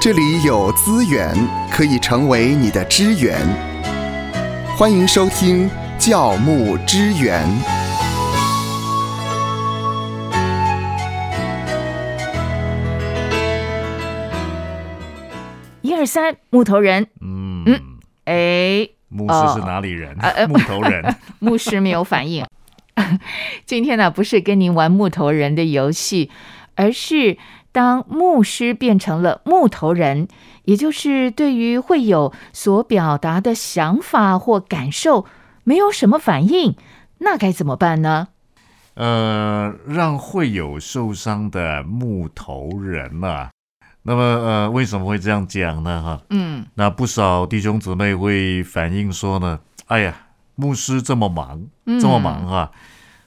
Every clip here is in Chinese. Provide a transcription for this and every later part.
这里有资源可以成为你的支援。欢迎收听教牧支援。一二三，木头人，嗯嗯哦呃哎，牧师是哪里人？木 头人。牧师没有反应。 今天呢，不是跟您玩木头人的游戏，而是当牧师变成了木头人，也就是对于会友所表达的想法或感受没有什么反应，那该怎么办呢？呃，让会有受伤的木头人啊。那么呃，为什么会这样讲呢？哈，嗯，那不少弟兄姊妹会反映说呢，哎呀，牧师这么忙，嗯这么忙啊。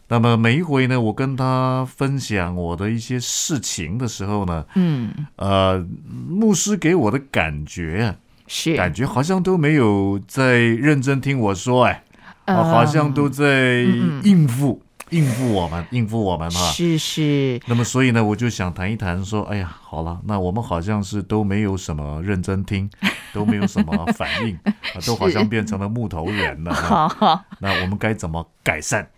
那么每一回呢，我跟他分享我的一些事情的时候呢，嗯，呃，牧师给我的感觉啊，是感，觉好像都没有在认真听我说，哎，啊，呃好像都在嗯嗯应付、应付我们，应付我们哈。是是，那么，所以呢，我就想谈一谈，说，哎呀，好了，那我们好像是都没有什么认 真听，都没有什么反应，啊、都好像变成了木头人了。好哈好。那我们该怎么改善？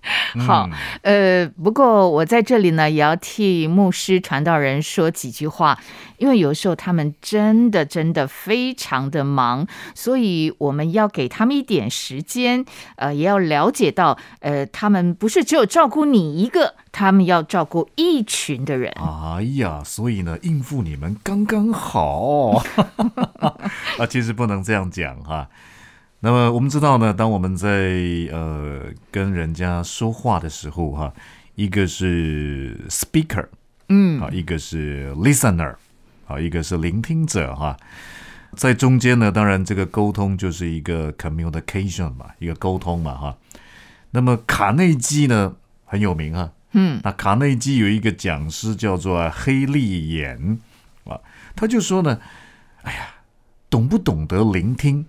好嗯呃，不过我在这里呢，也要替牧师传道人说几句话，因为有时候他们真的真的非常的忙，所以我们要给他们一点时间，呃，也要了解到，呃，他们不是只有照顾你一个，他们要照顾一群的人。哎呀，所以呢，应付你们刚刚好 啊，其实不能这样讲哈。那么我们知道呢，当我们在呃跟人家说话的时候哈，一个是 speaker，嗯，啊，一个是 listener，啊，一个是聆听者哈。在中间呢，当然这个沟通就是一个 communication 嘛，一个沟通嘛哈。那么卡内基呢很有名啊，嗯，那卡内基有一个讲师叫做黑利眼啊，他就说呢，哎呀，懂不懂得聆听，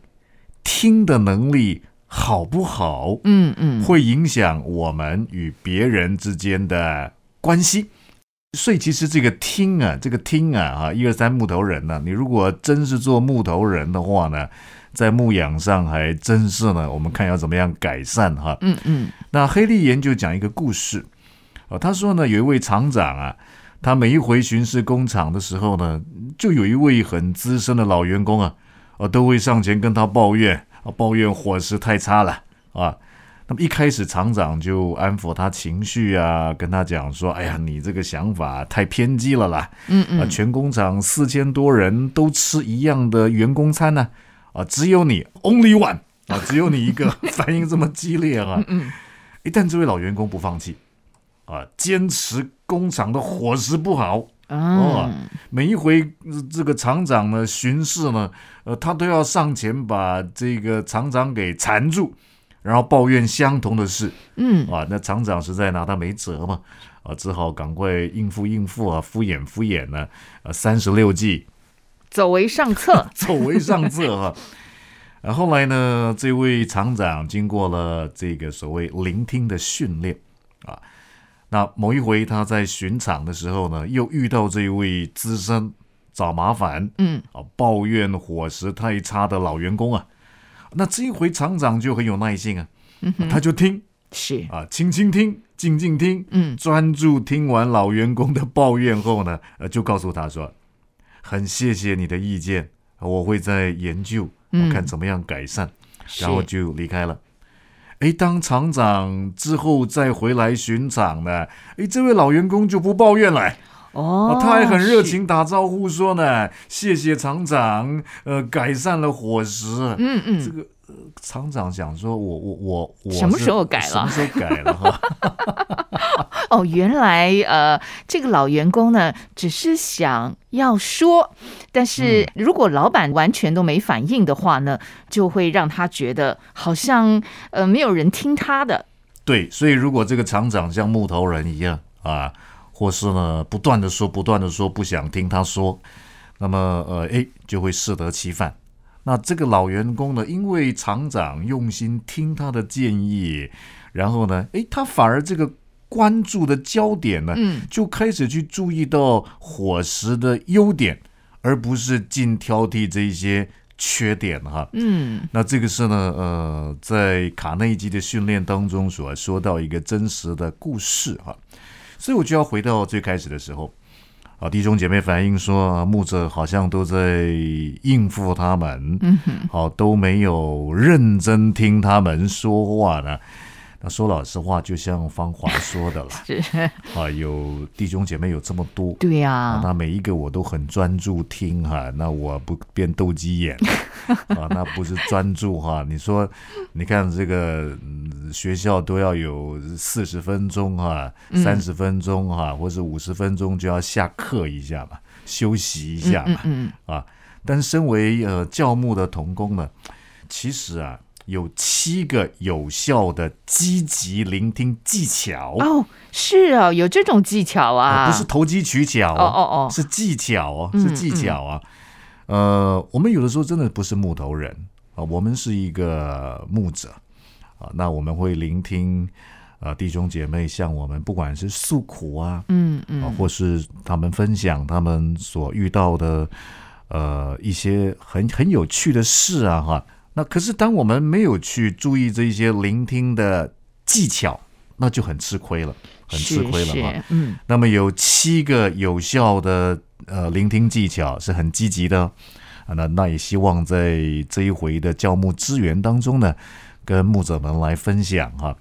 听的能力好不好，嗯嗯，会影响我们与别人之间的关系。所以其实这个听啊，这个听啊，啊，一二三木头人呢、啊你如果真是做木头人的话呢，在牧养上还真是呢，我们看要怎么样改善哈、嗯嗯，那黑利研究讲一个故事，哦，他说呢，有一位厂长啊，他每一回巡视工厂的时候呢，就有一位很资深的老员工啊，哦，都会上前跟他抱怨啊，抱怨伙食太差了啊。那么一开始厂长就安抚他情绪啊，跟他讲说，哎呀，你这个想法太偏激了啦，嗯啊，全工厂四千多人都吃一样的员工餐呢、啊，只有你 only one 啊，只有你一 个反应这么激烈啊，嗯诶但这位老员工不放弃，啊，坚持工厂的伙食不好，哦嗯，每一回呃这个厂长呢巡视呢，呃，他都要上前把这个厂长给缠住，然后抱怨相同的事，嗯啊，那厂长实在拿他没辙嘛，啊，只好赶快应付应付啊，敷衍敷衍呢、啊，三十六计，，走为上策 走为上策啊。 啊，后来呢，这位厂长经过了这个所谓聆听的训练啊，那某一回他在巡场的时候呢，又遇到这位资深找麻烦嗯啊，抱怨伙食太差的老员工啊，那这一回厂长就很有耐心啊，他就听嗯是，啊，轻轻听，静静听，嗯专注听完老员工的抱怨后呢，呃，就告诉他说，很谢谢你的意见，我会再研究，嗯我看怎么样改善，是然后就离开了。诶，当厂长之后再回来巡场呢，诶，这位老员工就不抱怨了。啊哦，他还很热是，情打招呼说呢，谢谢厂长，呃，改善了伙食。嗯嗯这，个、呃、厂长想说我，我我我什么是时候改什么了时候改了哈？哦，原来呃，这个老员工呢，只是想要说，但是嗯如果老板完全都没反应的话呢，就会让他觉得好像呃没有人听他的。对，所以如果这个厂长像木头人一样啊，或是呢不断的说、不断的说，不想听他说，那么呃，哎，就会适得其反。那这个老员工呢，因为厂长用心听他的建议，然后呢，哎，他反而这个关注的焦点呢，嗯就开始去注意到伙食的优点。而不是尽挑剔这一些缺点哈。嗯那这个是呢，呃，在卡内基的训练当中所说到一个真实的故事哈、所以我就要回到最开始的时候啊，弟兄姐妹反映说，啊牧者好像都在应付他们，嗯哼，好、都没有认真听他们说话呢。那说老实话，就像芳华说的了 是啊，有弟兄姐妹有这么多，对呀、啊，那每一个我都很专注听哈、那我不变斗鸡 眼啊，那不是专注哈、你说，你看这个、嗯学校都要有四十分钟哈、嗯三十分钟哈、或是五十分钟就要下课一下嘛，休息一下嘛嗯，嗯啊。但身为呃教牧的童工呢，其实啊有七个有效的积极聆听技巧。嗯哦，是哦，有这种技巧啊，啊，不是投机取巧、哦哦哦是技巧哦，嗯是技巧啊。呃，我们有的时候真的不是木头人啊，我们是一个牧者啊，那我们会聆听啊弟兄姐妹向我们，不管是诉苦啊，嗯啊嗯，或是他们分享他们所遇到的呃一些很很有趣的事啊哈。那可是当我们没有去注意这一些聆听的技巧，那就很吃亏了，很吃亏了是哈。是嗯那么有七个有效的呃聆听技巧是很积极的啊，那那也希望在这一回的教牧资源当中呢，跟牧者们来分享哈、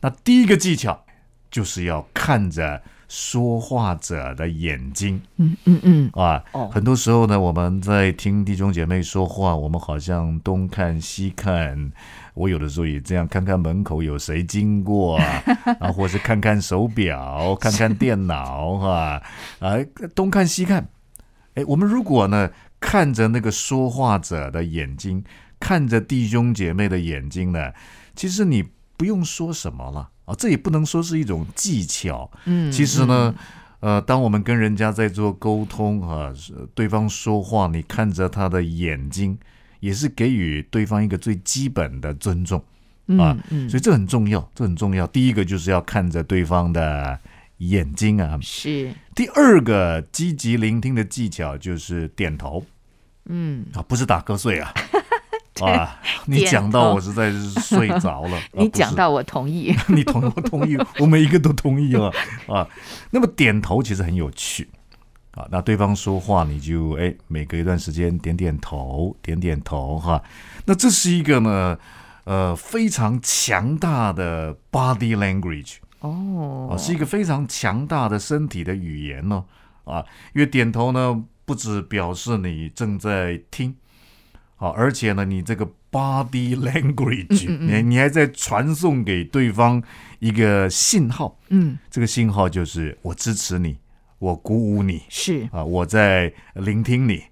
那第一个技巧就是要看着说话者的眼睛嗯嗯嗯，啊哦，很多时候呢，我们在听弟兄姐妹说话，我们好像东看西看，我有的时候也这样，看看门口有谁经 过啊，啊，或是看看手表，看看电脑哈，啊，东看西看。哎，我们如果呢看着那个说话者的眼睛，看着弟兄姐妹的眼睛呢，其实你不用说什么了啊，这也不能说是一种技巧，嗯其实呢，呃，当我们跟人家在做沟通啊，是对方说话，你看着他的眼睛，也是给予对方一个最基本的尊重，啊嗯嗯，所以这很重要，这很重要。第一个就是要看着对方的眼睛啊。是第二个积极聆听的技巧就是点头嗯，啊，不是打瞌睡啊。 啊，你点讲到头我实在是睡着 了。啊你不讲是到我同意， 你同不同意？我们一个都同意了啊。 那么点头其实很有趣啊。那对方说话，你就哎每隔一段时间点点头，点点头哈。那这是一个呢，呃，非常强大的 body language 哦啊，，是一个非常强大的身体的语言哦啊。因为点头呢，不只表示你正在听。啊，而且呢，你这个 body language，你你还在传送给对方一个信号，嗯，这个信号就是我支持你，我鼓舞你是啊，我在聆听你，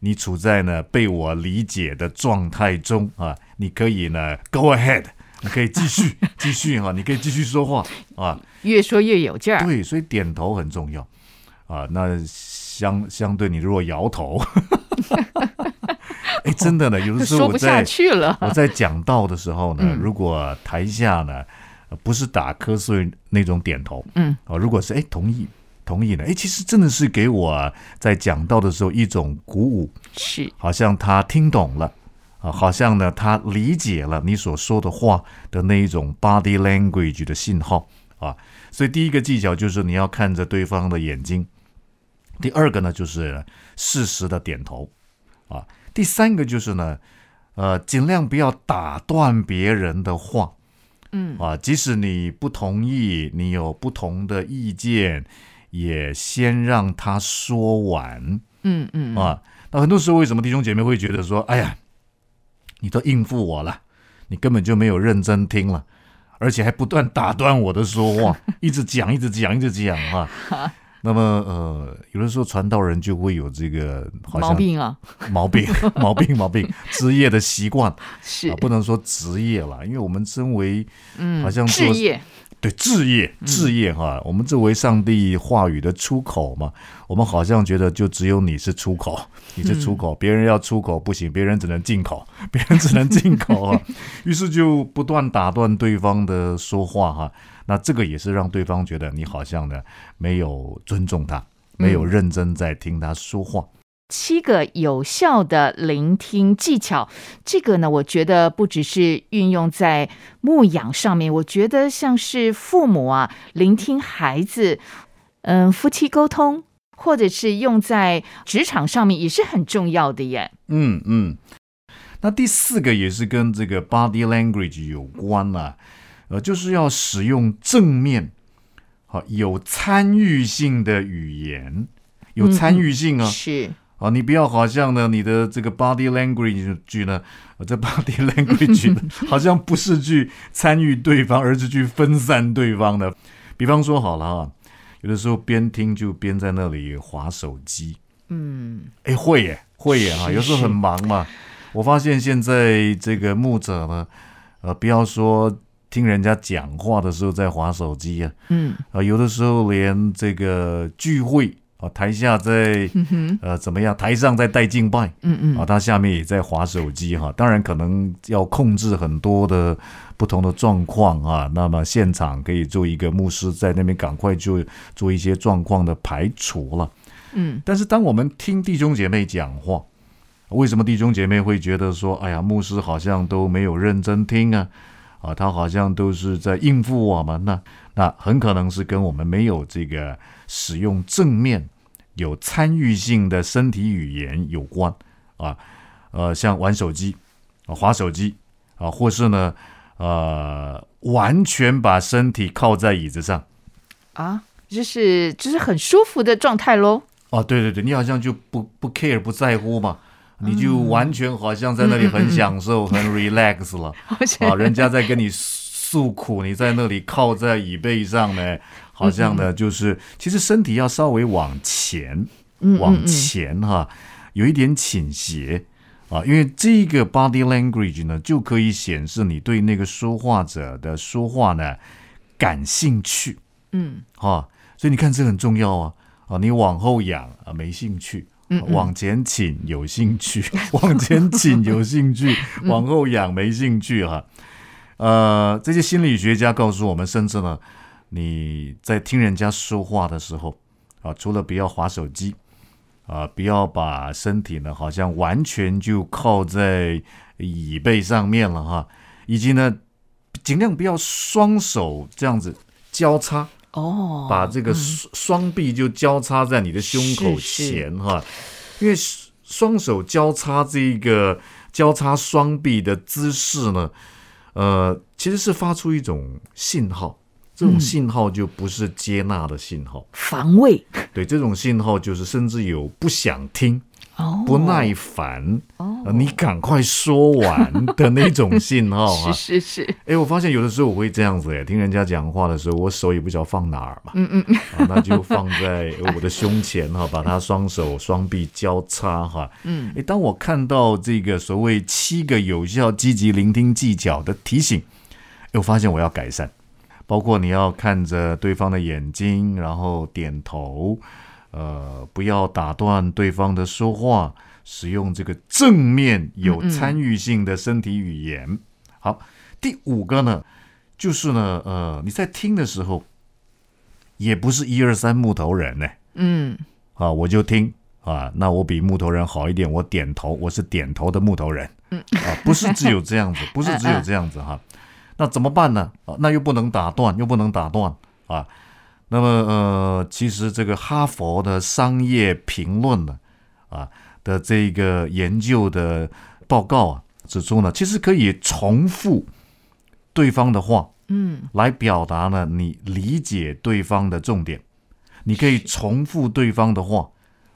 你处在呢被我理解的状态中啊，你可以呢 go ahead，你可以继续 继续哈、你可以继续说话啊，越说越有劲儿，对，所以点头很重要啊。那相相对你如果 摇头，哎，真的呢，有的时候说我不下在去了，我在讲到的时候呢，嗯如果台下呢呃不是打瞌睡那种点头，嗯，哦，如果是哎同意同意呢，哎，其实真的是给我在讲到的时候一种鼓舞， 是好像他听懂了。啊，好像呢，他理解了你所说的话的那一种 body language 的信号啊，所以第一个技巧就是你要看着对方的眼睛，第二个呢就是适时的点头啊，第三个就是呢，呃，尽量不要打断别人的话，嗯啊，即使你不同意，你有不同的意见，也先让他说完嗯嗯，啊。那很多时候，为什么弟兄姐妹会觉得说，哎呀，你都应付我了，你根本就没有认真听了，而且还不断打断我的说 话，一直讲，一直讲，一直讲啊。那么，呃，有的时候传道人就会有这个好像毛病啊，毛病、毛病、毛 病，职业的习惯是啊，不能说职业了，因为我们身为嗯，好像置做业对，置业，置业哈，我们作为上帝话语的出口嘛，我们好像觉得就只有你是出口，你是出口，别人要出口不行，别人只能进口，别人只能进口啊，于是就不断打断对方的说话哈，那这个也是让对方觉得你好像呢没有尊重他，没有认真在听他说话。七个有效的聆听技巧，这个呢，我觉得不只是运用在牧养上面，我觉得像是父母啊，聆听孩子，嗯，夫妻沟通，或者是用在职场上面也是很重要的耶。嗯嗯。那第四个也是跟这个 body language 有关啦、呃，就是要使用正面、好、有参与性的语言，有参与性啊。是，啊，你不要好像呢，你的这个 body language 呢，呃这 body language 呢好像不是去参与对方，而是去分散对方的。比方说好了啊，有的时候边听就边在那里划手机，嗯，哎，会耶，会耶啊，是有时候很忙嘛。我发现现在这个牧者呢，呃，不要说听人家讲话的时候在划手机啊，嗯，啊，有的时候连这个聚会啊，台下在嗯哼，呃怎么样，台上在带敬拜嗯啊，嗯，他下面也在划手机哈、当然可能要控制很多的不同的状况啊。那么现场可以做一个牧师在那边赶快就做一些状况的排除了。嗯，但是当我们听弟兄姐妹讲话，为什么弟兄姐妹会觉得说，哎呀，牧师好像都没有认真听啊，啊，他好像都是在应付我们呢、那很可能是跟我们没有这个使用正面、有参与性的身体语言有关啊。呃，像玩手机、啊、滑手机啊，或是呢，呃，完全把身体靠在椅子上。啊，就是就是很舒服的状态喽。哦，对对对，你好像就不不 care 不在乎嘛，你就完全好像在那里很享受、很 relax 了 我觉啊，得人家在跟你诉苦，你在那里靠在椅背上呢，好像呢就是其实身体要稍微往前，往前哈，有一点倾斜。啊，因为这个 body language 呢，就可以显示你对那个说话者的说话呢感兴趣。嗯，啊，所以你看这很重要啊啊，你往后仰啊没兴趣，啊往前倾有兴趣， 往前倾有兴趣，往后仰没兴趣哈、呃，这些心理学家告诉我们，甚至呢，你在听人家说话的时候啊，除了不要划手机。啊，不要把身体呢，好像完全就靠在椅背上面了哈，以及呢，尽量不要双手这样子交叉，哦，把这个双双臂就交叉在你的胸口是前哈，因为双双手交叉这个交叉双臂的姿势呢，呃，其实是发出一种信嗯号，这种信号就不是接纳的信号，防卫对，这种信号就是甚至有不想听、哦，不耐烦，哦呃你赶快说完的那种信号啊。 是是是，哎，我发现有的时候我会这样子哎，听人家讲话的时候，我手也不知道放哪儿嘛，嗯嗯，啊，那就放在我的胸前哈，把它双手双臂交叉哈，嗯，哎，当我看到这个所谓七个有效积极聆听技巧的提醒，哎，我发现我要改善，包括你要看着对方的眼睛，然后点头，呃，不要打断对方的说话，使用这个正面有参与性的身体语言。好，第五个呢，就是呢，呃，你在听的时候，也不是一二三木头人呢、嗯，啊，我就听啊，那我比木头人好一点，我点头，我是点头的木头人，啊，不是只有这样子，不是只有这样子哈、那怎么办呢？啊，那又不能打断，又不能打断啊。那么呃，其实这个哈佛的商业评论呢，啊的这个研究的报告啊，指出呢，其实可以重复对方的话，嗯，来表达呢你理解对方的重点。你可以重复对方的话，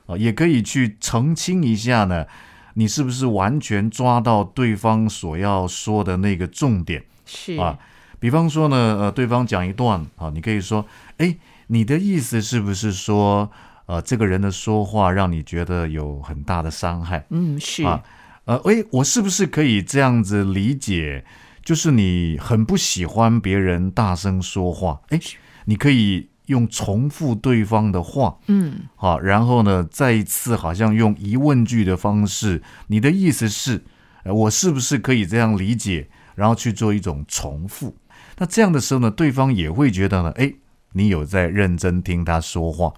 啊，也可以去澄清一下呢，你是不是完全抓到对方所要说的那个重点是啊？比方说呢，呃，对方讲一段啊，你可以说，哎，你的意思是不是说，呃，这个人的说话让你觉得有很大的伤害？嗯是，啊呃，诶，我是不是可以这样子理解？就是你很不喜欢别人大声说话，诶，你可以用重复对方的话，嗯好，然后呢，再一次好像用疑问句的方式，你的意思是，呃我是不是可以这样理解？然后去做一种重复。那这样的时候呢，对方也会觉得呢，诶，你有在认真听他说话，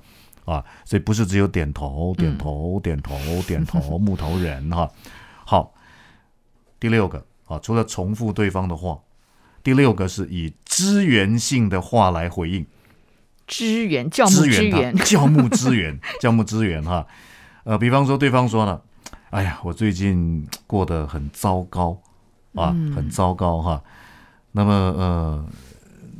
啊，所以不是只有点头、点头、点头、点头，木头人哈、好，第六个啊，除了重复对方的话，第六个是以支援性的话来回应，支援教牧支支援援 他，，教牧支援，教牧支援哈。呃，比方说对方说呢，哎呀，我最近过得很糟糕啊，嗯很糟糕哈。那么呃，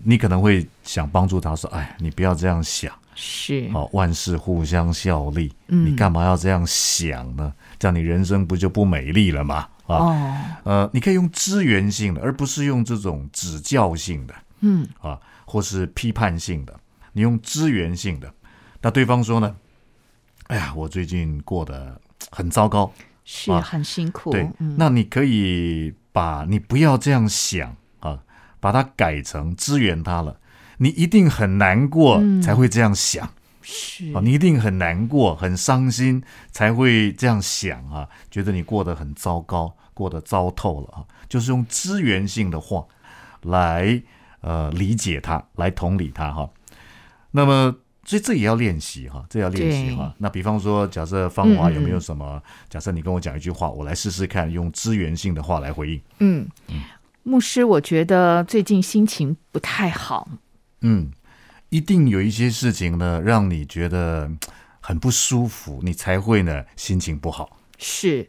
你可能会想帮助他说，哎，你不要这样想。是好，万事互相效力，嗯你干嘛要这样想呢？这样你人生不就不美丽了吗？啊，哦，呃，你可以用支援性的，而不是用这种指教性的嗯啊，或是批判性的，你用支援性的。那对方说呢？哎呀，我最近过得很糟糕。是啊很辛苦，对，哦嗯那你可以把你不要这样想啊，把它改成支援他了。你一定很难过嗯才会这样想。是嗯啊，你一定很难过、很伤心，才会这样想啊，觉得你过得很糟糕，过得糟透了啊，就是用资源性的话来呃理解他，来同理他哈、那么，所以这也要练习哈、这也要练习哈、那比方说，假设芳华有没有什么？假设你跟我讲一句话，我来试试看，用资源性的话来回应。嗯，牧师，我觉得最近心情不太好，嗯，一定有一些事情呢，让你觉得嗯很不舒服，你才会呢心情不好。是，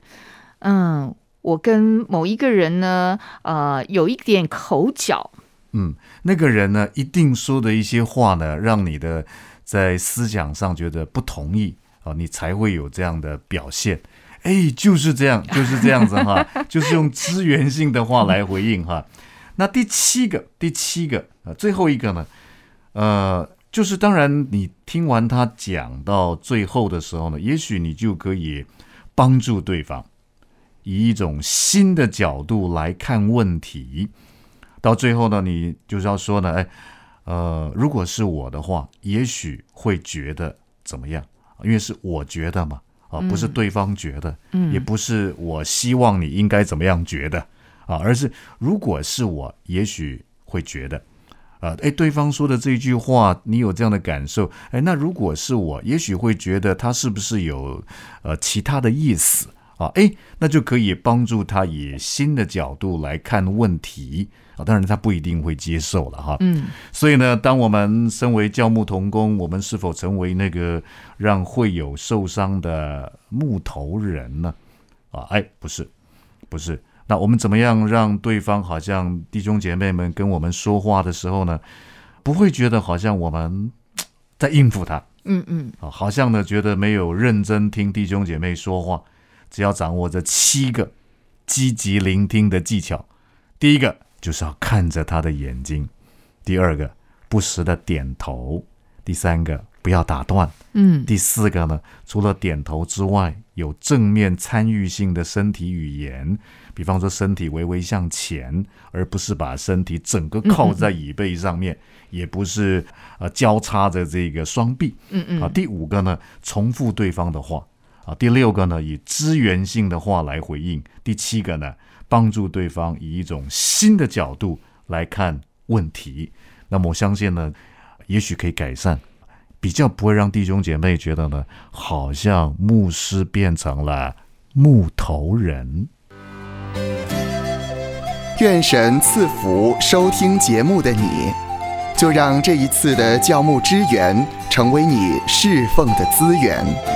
嗯，我跟某一个人呢，呃，有一点口角，嗯，那个人呢，一定说的一些话呢，让你的在思想上觉得不同意啊，你才会有这样的表现。哎，就是这样，就是这样子哈，就是用资源性的话来回应哈。那第七个，第七个，呃，最后一个呢，呃，就是当然你听完他讲到最后的时候呢，也许你就可以帮助对方，以一种新的角度来看问题。到最后呢，你就是要说呢，哎，呃，如果是我的话，也许会觉得怎么样？因为是我觉得嘛，啊，不是对方觉得，也不是我希望你应该怎么样觉得啊，而是如果是我，也许会觉得。啊，哎，对方说的这句话，你有这样的感受，哎，那如果是我，也许会觉得他是不是有呃其他的意思啊？哎，那就可以帮助他以新的角度来看问题啊。当然，他不一定会接受了哈。嗯，所以呢，当我们身为教牧童工，我们是否成为那个让会有受伤的木头人呢？啊，哎，不是，不是。那我们怎么样让对方好像弟兄姐妹们跟我们说话的时候呢，不会觉得好像我们在应付他？嗯嗯，啊，好像呢觉得没有认真听弟兄姐妹说话，只要掌握这七个积极聆听的技巧。第一个就是要看着他的眼睛，第二个不时的点头，第三个不要打断，嗯，第四个呢，除了点头之外，有正面参与性的身体语言，比方说身体微微向前，而不是把身体整个靠在椅背上面，也不是呃交叉着这个双臂。嗯嗯啊，第五个呢，重复对方的话。啊，第六个呢，以支援性的话来回应；第七个呢，帮助对方以一种新的角度来看问题。那么我相信呢，也许可以改善，比较不会让弟兄姐妹觉得呢，好像牧师变成了木头人。愿神赐福收听节目的你，就让这一次的教牧支援成为你侍奉的资源。